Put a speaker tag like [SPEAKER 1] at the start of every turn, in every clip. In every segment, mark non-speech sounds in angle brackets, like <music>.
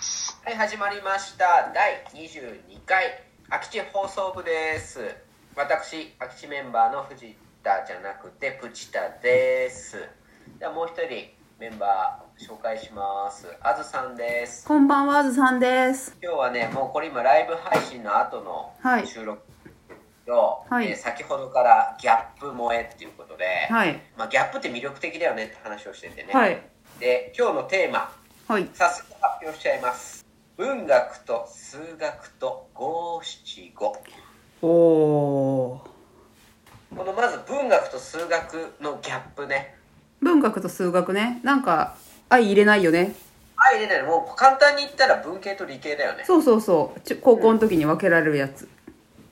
[SPEAKER 1] 始まりました第22回空き地放送部です私空き地メンバーの藤田じゃなくてプチタですではもう一人メンバー紹介しますあずさんです
[SPEAKER 2] こんばんは、あずさんです。
[SPEAKER 1] 今日はねもうこれ今ライブ配信の後の
[SPEAKER 2] はい
[SPEAKER 1] 収録を、
[SPEAKER 2] はい
[SPEAKER 1] えー先ほどからギャップ萌えっていうことで、
[SPEAKER 2] はい。
[SPEAKER 1] まあ、ギャップって魅力的だよねって話をしててね、
[SPEAKER 2] はい。
[SPEAKER 1] で今日のテーマ
[SPEAKER 2] はい。
[SPEAKER 1] 早速発表しちゃいます文学と数学と五七五
[SPEAKER 2] おお。
[SPEAKER 1] このまず文学と数学のギャップね
[SPEAKER 2] 文学と数学ね、なんか、相入れないよね。
[SPEAKER 1] あ入れないもう簡単に言ったら文系と理系だよね
[SPEAKER 2] そうそうそう。ちゅ高校の時に分けられるやつ。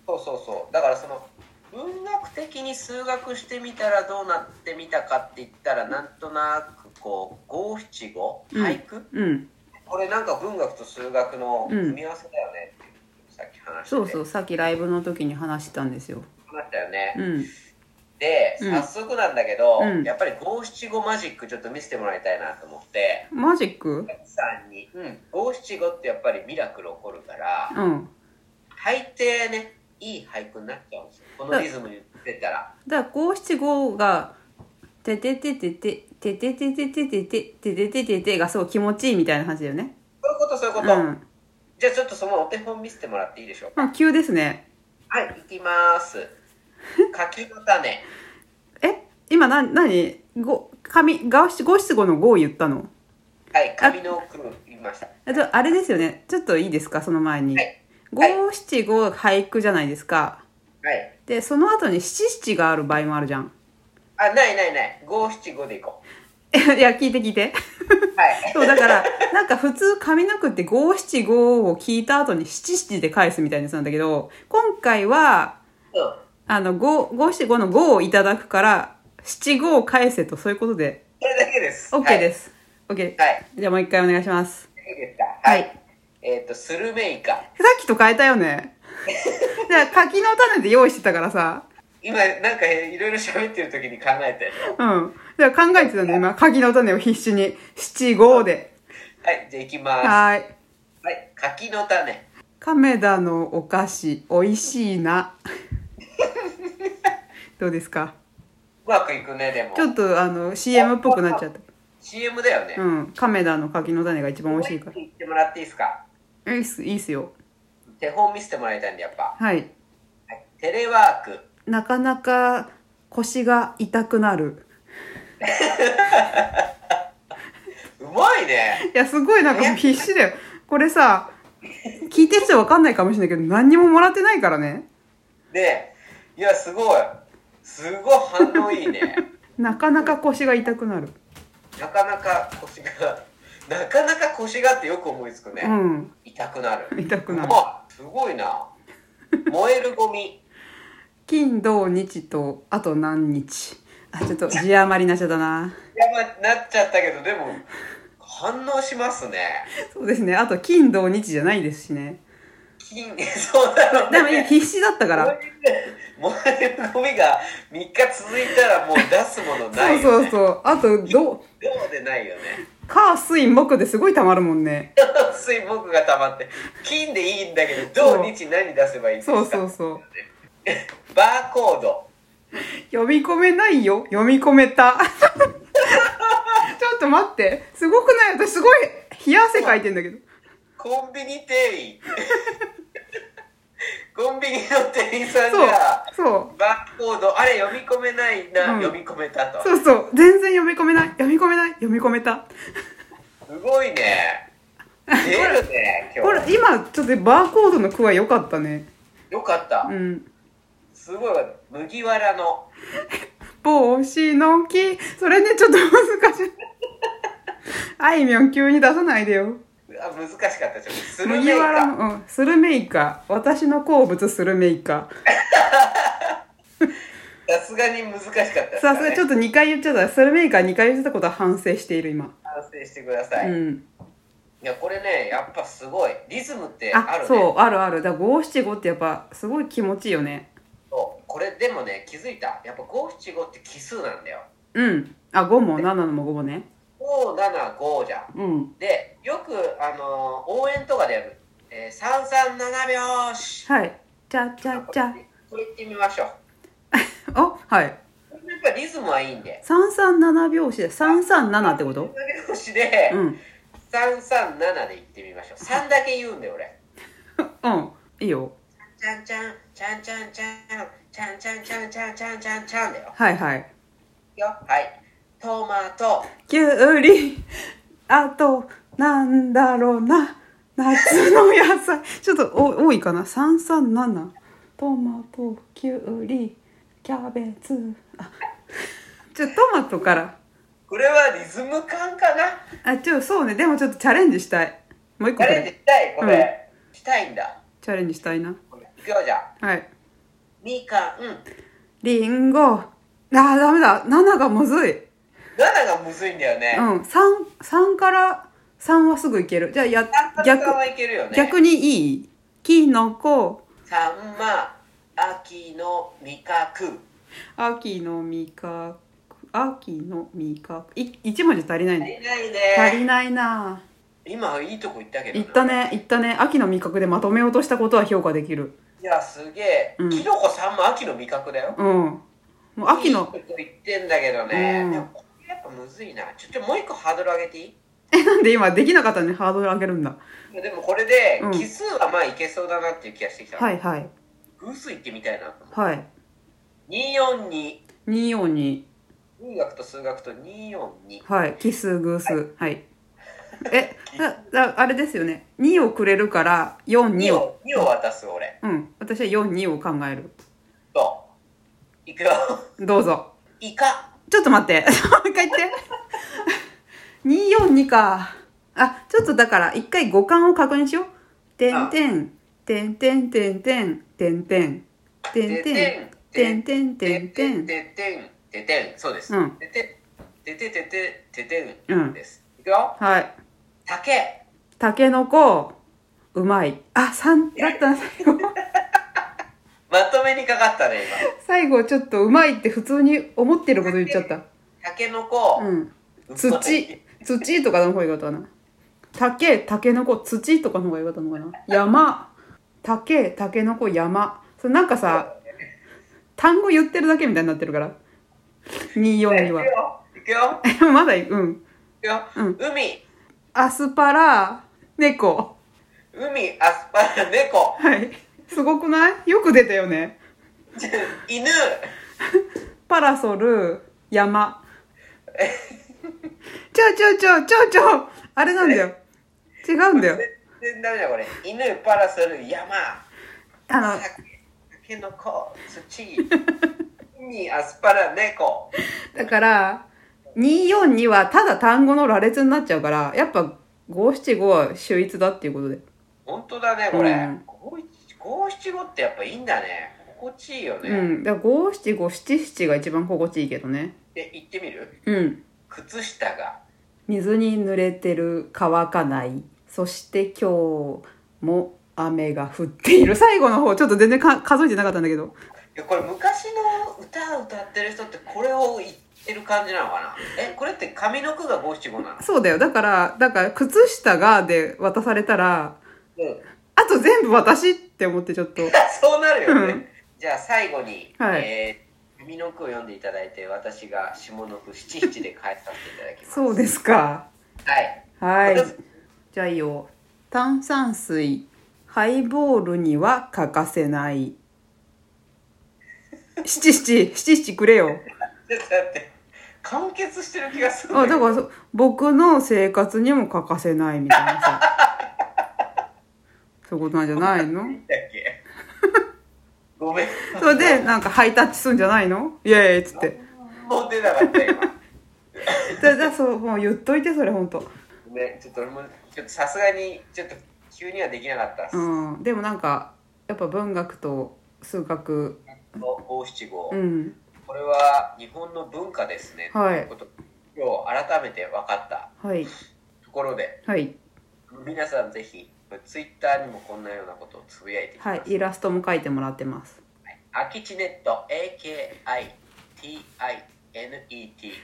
[SPEAKER 1] そうそうそうだからその文学的に数学してみたらどうなってみたかって言ったらなんとなくこう五七五
[SPEAKER 2] うん
[SPEAKER 1] 俳句、
[SPEAKER 2] うん。
[SPEAKER 1] これなんか文学と数学の組み合わせだよねっていう、さっき話して
[SPEAKER 2] そうそうう。さっきライブの時に話したんですよ。
[SPEAKER 1] 話したよね、
[SPEAKER 2] うん。
[SPEAKER 1] で、
[SPEAKER 2] うん
[SPEAKER 1] 早速なんだけど、
[SPEAKER 2] うん
[SPEAKER 1] やっぱり五七五マジックちょっと見せてもらいたいなと思って
[SPEAKER 2] マジック
[SPEAKER 1] さんに五七五ってやっぱりミラクル起こるから
[SPEAKER 2] うん。
[SPEAKER 1] 大抵ねいい俳句になっちゃうんですよこのリズムに出たら
[SPEAKER 2] だから、五七五が、ててててて、ててててててて、てててててがすごい気持ちいいみたいな感じだよね。
[SPEAKER 1] そういうことそういう
[SPEAKER 2] う
[SPEAKER 1] こ
[SPEAKER 2] ん。
[SPEAKER 1] と、
[SPEAKER 2] ま
[SPEAKER 1] じゃあちょっとそのお手本見せてもらっていいでしょうか
[SPEAKER 2] あ、急ですね。
[SPEAKER 1] はいいきます柿の種
[SPEAKER 2] え今な、なにご、紙、五七五七五の五を言ったの
[SPEAKER 1] はい紙の句言いました
[SPEAKER 2] えっと、あれですよね。ちょっといいですか、その前に
[SPEAKER 1] はい。はい
[SPEAKER 2] 五七五俳句じゃないですか。
[SPEAKER 1] はい
[SPEAKER 2] で、その後に七七がある場合もあるじゃん。 <laughs>
[SPEAKER 1] あないないない五七五でいこ
[SPEAKER 2] いや、聞いて聞いて。
[SPEAKER 1] うはい
[SPEAKER 2] そう、だから、 <laughs> なんか普通上の句って五七五を聞いた後に七七で返すみたいなやつなんだけど、今回は、
[SPEAKER 1] うん
[SPEAKER 2] あの、五、五七五の五をいただくから、七五を返せと、そういうことで、
[SPEAKER 1] それだけです
[SPEAKER 2] オッケーです。オッケー。
[SPEAKER 1] はい
[SPEAKER 2] じゃあもう一回お願いします。
[SPEAKER 1] いいですかはい、
[SPEAKER 2] はい
[SPEAKER 1] えっ、とスルメイカ
[SPEAKER 2] さっきと変えたよね。 <laughs> だから柿の種で用意してたからさ。
[SPEAKER 1] 今なんかいろいろ喋ってる時に考えて
[SPEAKER 2] うん。だから考えてたんだよ、今。柿の種を必死に。七五で。
[SPEAKER 1] はいじゃあいきますは
[SPEAKER 2] はーい。
[SPEAKER 1] い柿の種
[SPEAKER 2] 亀田のお菓子、美味しいな。 <laughs> どうですか
[SPEAKER 1] うまくいくねでも
[SPEAKER 2] ちょっと、あの、CM っぽくなっちゃっ
[SPEAKER 1] CM だよね
[SPEAKER 2] た。うん。亀田の柿の種が一番美味しいか。
[SPEAKER 1] もう一回言ってもらっていいですから
[SPEAKER 2] いいっす、いいっすよ。
[SPEAKER 1] 手本見せてもらいたいんでやっぱ、
[SPEAKER 2] はい。
[SPEAKER 1] はい、テレワーク
[SPEAKER 2] なかなか腰が痛くなる。
[SPEAKER 1] うまいね
[SPEAKER 2] いや、すごいなんか必死だよ。これさ、聞いてる人わかんないかもしれないけど、何にももらってないからね。
[SPEAKER 1] でいやすごいすごい反応いいね <laughs>
[SPEAKER 2] なかなか腰が痛くなる。
[SPEAKER 1] なかなか腰がなかなか腰がってよく思いつくね、
[SPEAKER 2] うん。
[SPEAKER 1] 痛くなる
[SPEAKER 2] 痛くな
[SPEAKER 1] う
[SPEAKER 2] る
[SPEAKER 1] まいすごいな燃えるゴミ
[SPEAKER 2] 金土日とあと何日あちょっと字余りになっちゃったな
[SPEAKER 1] やばいなっちゃったけどでも反応しますね
[SPEAKER 2] そうですねあと金土日じゃないですしね
[SPEAKER 1] 金 <laughs> そうだろう
[SPEAKER 2] でも
[SPEAKER 1] ね
[SPEAKER 2] 必死だったから
[SPEAKER 1] 燃えるゴミが3日続いたらもう出すものな
[SPEAKER 2] そ
[SPEAKER 1] いうよ
[SPEAKER 2] そうそうあとど
[SPEAKER 1] 量でないよね
[SPEAKER 2] 火水木ですごい溜まるもんね
[SPEAKER 1] 水木が溜まって金でいいんだけど土日何出せばいいんですか
[SPEAKER 2] そうそうそう
[SPEAKER 1] バーコード
[SPEAKER 2] 読み込めないよ読み込めた <laughs> ちょっと待ってすごくない私すごい冷や汗かいてんだけど
[SPEAKER 1] コンビニ店
[SPEAKER 2] <laughs>
[SPEAKER 1] 員コンビニの店員さんが
[SPEAKER 2] そう
[SPEAKER 1] バーコードあれ読み込めないな、
[SPEAKER 2] うん
[SPEAKER 1] 読み込めたと
[SPEAKER 2] そうそう全然読み込めない読み込めない読み込めた
[SPEAKER 1] すごいね。出るね、
[SPEAKER 2] こ
[SPEAKER 1] 今
[SPEAKER 2] れ
[SPEAKER 1] 日。
[SPEAKER 2] 今ちょっとバーコードの句は良かったね
[SPEAKER 1] よかった
[SPEAKER 2] う。ん
[SPEAKER 1] すごいわ。麦わらの。
[SPEAKER 2] 帽子の木それねちょっと
[SPEAKER 1] <laughs>
[SPEAKER 2] 難しいあいみょん急に出さないでよ
[SPEAKER 1] あ、難しかった。ちょっとスル
[SPEAKER 2] 麦
[SPEAKER 1] メイ
[SPEAKER 2] わら
[SPEAKER 1] カ。
[SPEAKER 2] の、うん、スルメイカ私の好物スルメイカ
[SPEAKER 1] さすがに難しかったですか
[SPEAKER 2] さ
[SPEAKER 1] ね。
[SPEAKER 2] すがにちょっと2回言っちゃったスルメイカ2回言ってたことは反省している今、
[SPEAKER 1] 反省してください。
[SPEAKER 2] う
[SPEAKER 1] い
[SPEAKER 2] ん
[SPEAKER 1] や、これね、やっぱすごい。リズムってあ
[SPEAKER 2] あ
[SPEAKER 1] るね。
[SPEAKER 2] そうあるあるだ五七五ってやっぱすごい気持ちいいよね
[SPEAKER 1] そうこれでもね、気づいた。やっぱ五七五って奇数なんだよ。
[SPEAKER 2] うんあ五も7のも5もね
[SPEAKER 1] 5 575じゃん
[SPEAKER 2] うん。
[SPEAKER 1] でよくあの応援とかでやる、えー、337拍子
[SPEAKER 2] はい。ちゃちゃちゃ。
[SPEAKER 1] これいってみましょう
[SPEAKER 2] あ、はい。
[SPEAKER 1] これやっぱリズムはいいんで
[SPEAKER 2] 三三七拍子で三三七ってこと？
[SPEAKER 1] 3拍子で、
[SPEAKER 2] うん。
[SPEAKER 1] 337でいってみましょう3だけ言うんで俺
[SPEAKER 2] うん。いいよ。
[SPEAKER 1] ちゃんちゃんちゃんちゃんちゃんちゃんちゃんちゃんちゃんちゃんちゃんちゃんだよ
[SPEAKER 2] はいはい。
[SPEAKER 1] いくよはいトマト
[SPEAKER 2] きゅうり。あとなんだろうな。夏の野菜。ちょっとお多いかな。三三七。トマト、きゅうり、キャベツ。あ、ちょトマトから。
[SPEAKER 1] これはリズム感かな
[SPEAKER 2] あ、ちょそうね。でもちょっとチャレンジしたい。もう一個
[SPEAKER 1] チャ
[SPEAKER 2] く
[SPEAKER 1] レンジ
[SPEAKER 2] れ。
[SPEAKER 1] したいこれ、したいんだ
[SPEAKER 2] チャレンジしたいな。
[SPEAKER 1] これいくよじゃあ
[SPEAKER 2] はい。
[SPEAKER 1] みかん
[SPEAKER 2] リンゴ。あー、ダメだ。7がむずい。
[SPEAKER 1] 7がむずいんだよね、
[SPEAKER 2] うん、3、三から3はすぐいける。じゃあや
[SPEAKER 1] 三ん、、逆
[SPEAKER 2] 逆、
[SPEAKER 1] はいけるよね
[SPEAKER 2] 逆にいいキノコ、
[SPEAKER 1] さんま秋の味覚
[SPEAKER 2] 秋の味覚、秋の味覚。い、1文字足りない
[SPEAKER 1] 足
[SPEAKER 2] ね。
[SPEAKER 1] りない
[SPEAKER 2] 足り
[SPEAKER 1] ね
[SPEAKER 2] ないな
[SPEAKER 1] 今いいとこ行ったけど
[SPEAKER 2] い
[SPEAKER 1] な
[SPEAKER 2] ったね、いったね。秋の味覚でまとめようとしたことは評価できる。
[SPEAKER 1] いやすげえ、
[SPEAKER 2] うん
[SPEAKER 1] きのこさんも秋の味覚だよ
[SPEAKER 2] うん。もう秋
[SPEAKER 1] いい
[SPEAKER 2] の、
[SPEAKER 1] こと言ってんだけどね、
[SPEAKER 2] うん
[SPEAKER 1] でもこれやっぱむずいなちょちょもう一個ハードル上げていい
[SPEAKER 2] え、なんで今できなかったのにハードル上げるんだ。
[SPEAKER 1] でもこれで
[SPEAKER 2] うん
[SPEAKER 1] 奇数はまあいけそうだなっていう気がしてきた、
[SPEAKER 2] はいはい。
[SPEAKER 1] 偶数いってみたいなと思う
[SPEAKER 2] はい。
[SPEAKER 1] 242
[SPEAKER 2] 242。
[SPEAKER 1] 文学と数学と242
[SPEAKER 2] はい、奇数偶数。はい。え、だ、だあれですよね。2をくれるから、4、2
[SPEAKER 1] 2
[SPEAKER 2] を。
[SPEAKER 1] を2を渡す俺
[SPEAKER 2] うん。私は4、2を考える。
[SPEAKER 1] といくよ
[SPEAKER 2] どうぞ。
[SPEAKER 1] イカ
[SPEAKER 2] ちょっと待って。 <laughs> もう一回言って。2、4、2か。あ、ちょっとだから、一回五感を確認しよう。てんてん、てんてんてんてん、てんてん、てんてん、てんてんてんてん。
[SPEAKER 1] ててんててんそうです、
[SPEAKER 2] うん
[SPEAKER 1] てててててててて
[SPEAKER 2] うん
[SPEAKER 1] んです、いくよ
[SPEAKER 2] はい。
[SPEAKER 1] 竹
[SPEAKER 2] たけのこ、うまい。あ、三だったな、最後。
[SPEAKER 1] まとめにかかったね
[SPEAKER 2] 最後ちょっとうまいって普通に思ってること言っちゃった。
[SPEAKER 1] 今タケノコ
[SPEAKER 2] うん。
[SPEAKER 1] うまい
[SPEAKER 2] 土、土とかの方が良かったかな。竹、竹の子、土とかの方が良かったのかな。山、竹、竹の子、山。それなんかさ、単語言ってるだけみたいになってるから。24には。 <laughs>
[SPEAKER 1] いくよ
[SPEAKER 2] えまだい、うん。
[SPEAKER 1] いくよ、
[SPEAKER 2] うん
[SPEAKER 1] 海
[SPEAKER 2] アスパラ、猫。
[SPEAKER 1] 海アスパラ猫
[SPEAKER 2] はい。すごくないよく出たよね。
[SPEAKER 1] 犬
[SPEAKER 2] パラソル、山。ちょちょちょちょちょあれなんだよ。違うんだよ。
[SPEAKER 1] 全然ダメだこれ犬パラソル山
[SPEAKER 2] あの、
[SPEAKER 1] 竹竹の子土海アスパラ猫
[SPEAKER 2] だから、242はただ単語の羅列になっちゃうから、やっぱ575は秀逸だっていうことで。
[SPEAKER 1] 本当だねこれ、
[SPEAKER 2] うん
[SPEAKER 1] 五一五七五ってやっぱいいんだね心地いいよね、
[SPEAKER 2] うん。だから575、77が一番心地いいけどね。
[SPEAKER 1] で行ってみる
[SPEAKER 2] うん。
[SPEAKER 1] 靴下が
[SPEAKER 2] 水に濡れてる、乾かない。そして今日も雨が降っている。最後の方、ちょっと全然か数えてなかったんだけど。
[SPEAKER 1] いやこれ昔の歌を歌ってる人ってこれを言ってる感じなのか
[SPEAKER 2] <laughs>
[SPEAKER 1] なえこれって上の句が五七五なの
[SPEAKER 2] そうだよ。だから、だから、靴下がで渡されたら、
[SPEAKER 1] うん
[SPEAKER 2] あと全部私って思ってちょっと。
[SPEAKER 1] <laughs> そうなるよね、
[SPEAKER 2] うん
[SPEAKER 1] じゃあ最後に、
[SPEAKER 2] はい
[SPEAKER 1] えー上の句を読んでいただいて私が下の句七七で返させていただきます
[SPEAKER 2] そうですか。
[SPEAKER 1] はい <laughs>
[SPEAKER 2] はい
[SPEAKER 1] 私。
[SPEAKER 2] じゃあいいよ。炭酸水、ハイボールには欠かせない。七七、七七くれよ。
[SPEAKER 1] ちょっと待って完結してる気がするん
[SPEAKER 2] あ、
[SPEAKER 1] だけ
[SPEAKER 2] だ
[SPEAKER 1] ど
[SPEAKER 2] からそ、僕の生活にも欠かせないみたいなさ。そういうことなんじゃないの
[SPEAKER 1] いいんだっけごめん
[SPEAKER 2] それで、なんかハイタッチするんじゃないのイエーイっつって。
[SPEAKER 1] もう出なかった今
[SPEAKER 2] それで、そう、もう言っといて、それほんと。
[SPEAKER 1] ね、ちょっと俺もちょっとさすがにちょっと急にはできなかったっす、
[SPEAKER 2] うん。でもなんか、やっぱ文学と数学、
[SPEAKER 1] 五七五
[SPEAKER 2] うん。
[SPEAKER 1] これは日本の文化ですね、
[SPEAKER 2] はい
[SPEAKER 1] ということ今日改めて分かった
[SPEAKER 2] はい。
[SPEAKER 1] ところで
[SPEAKER 2] はい。
[SPEAKER 1] 皆さんぜひツイッターにもこんなようなことをつぶやいてきます、
[SPEAKER 2] はい。イラストも書いてもらってます。
[SPEAKER 1] 空き地ネット AKITINET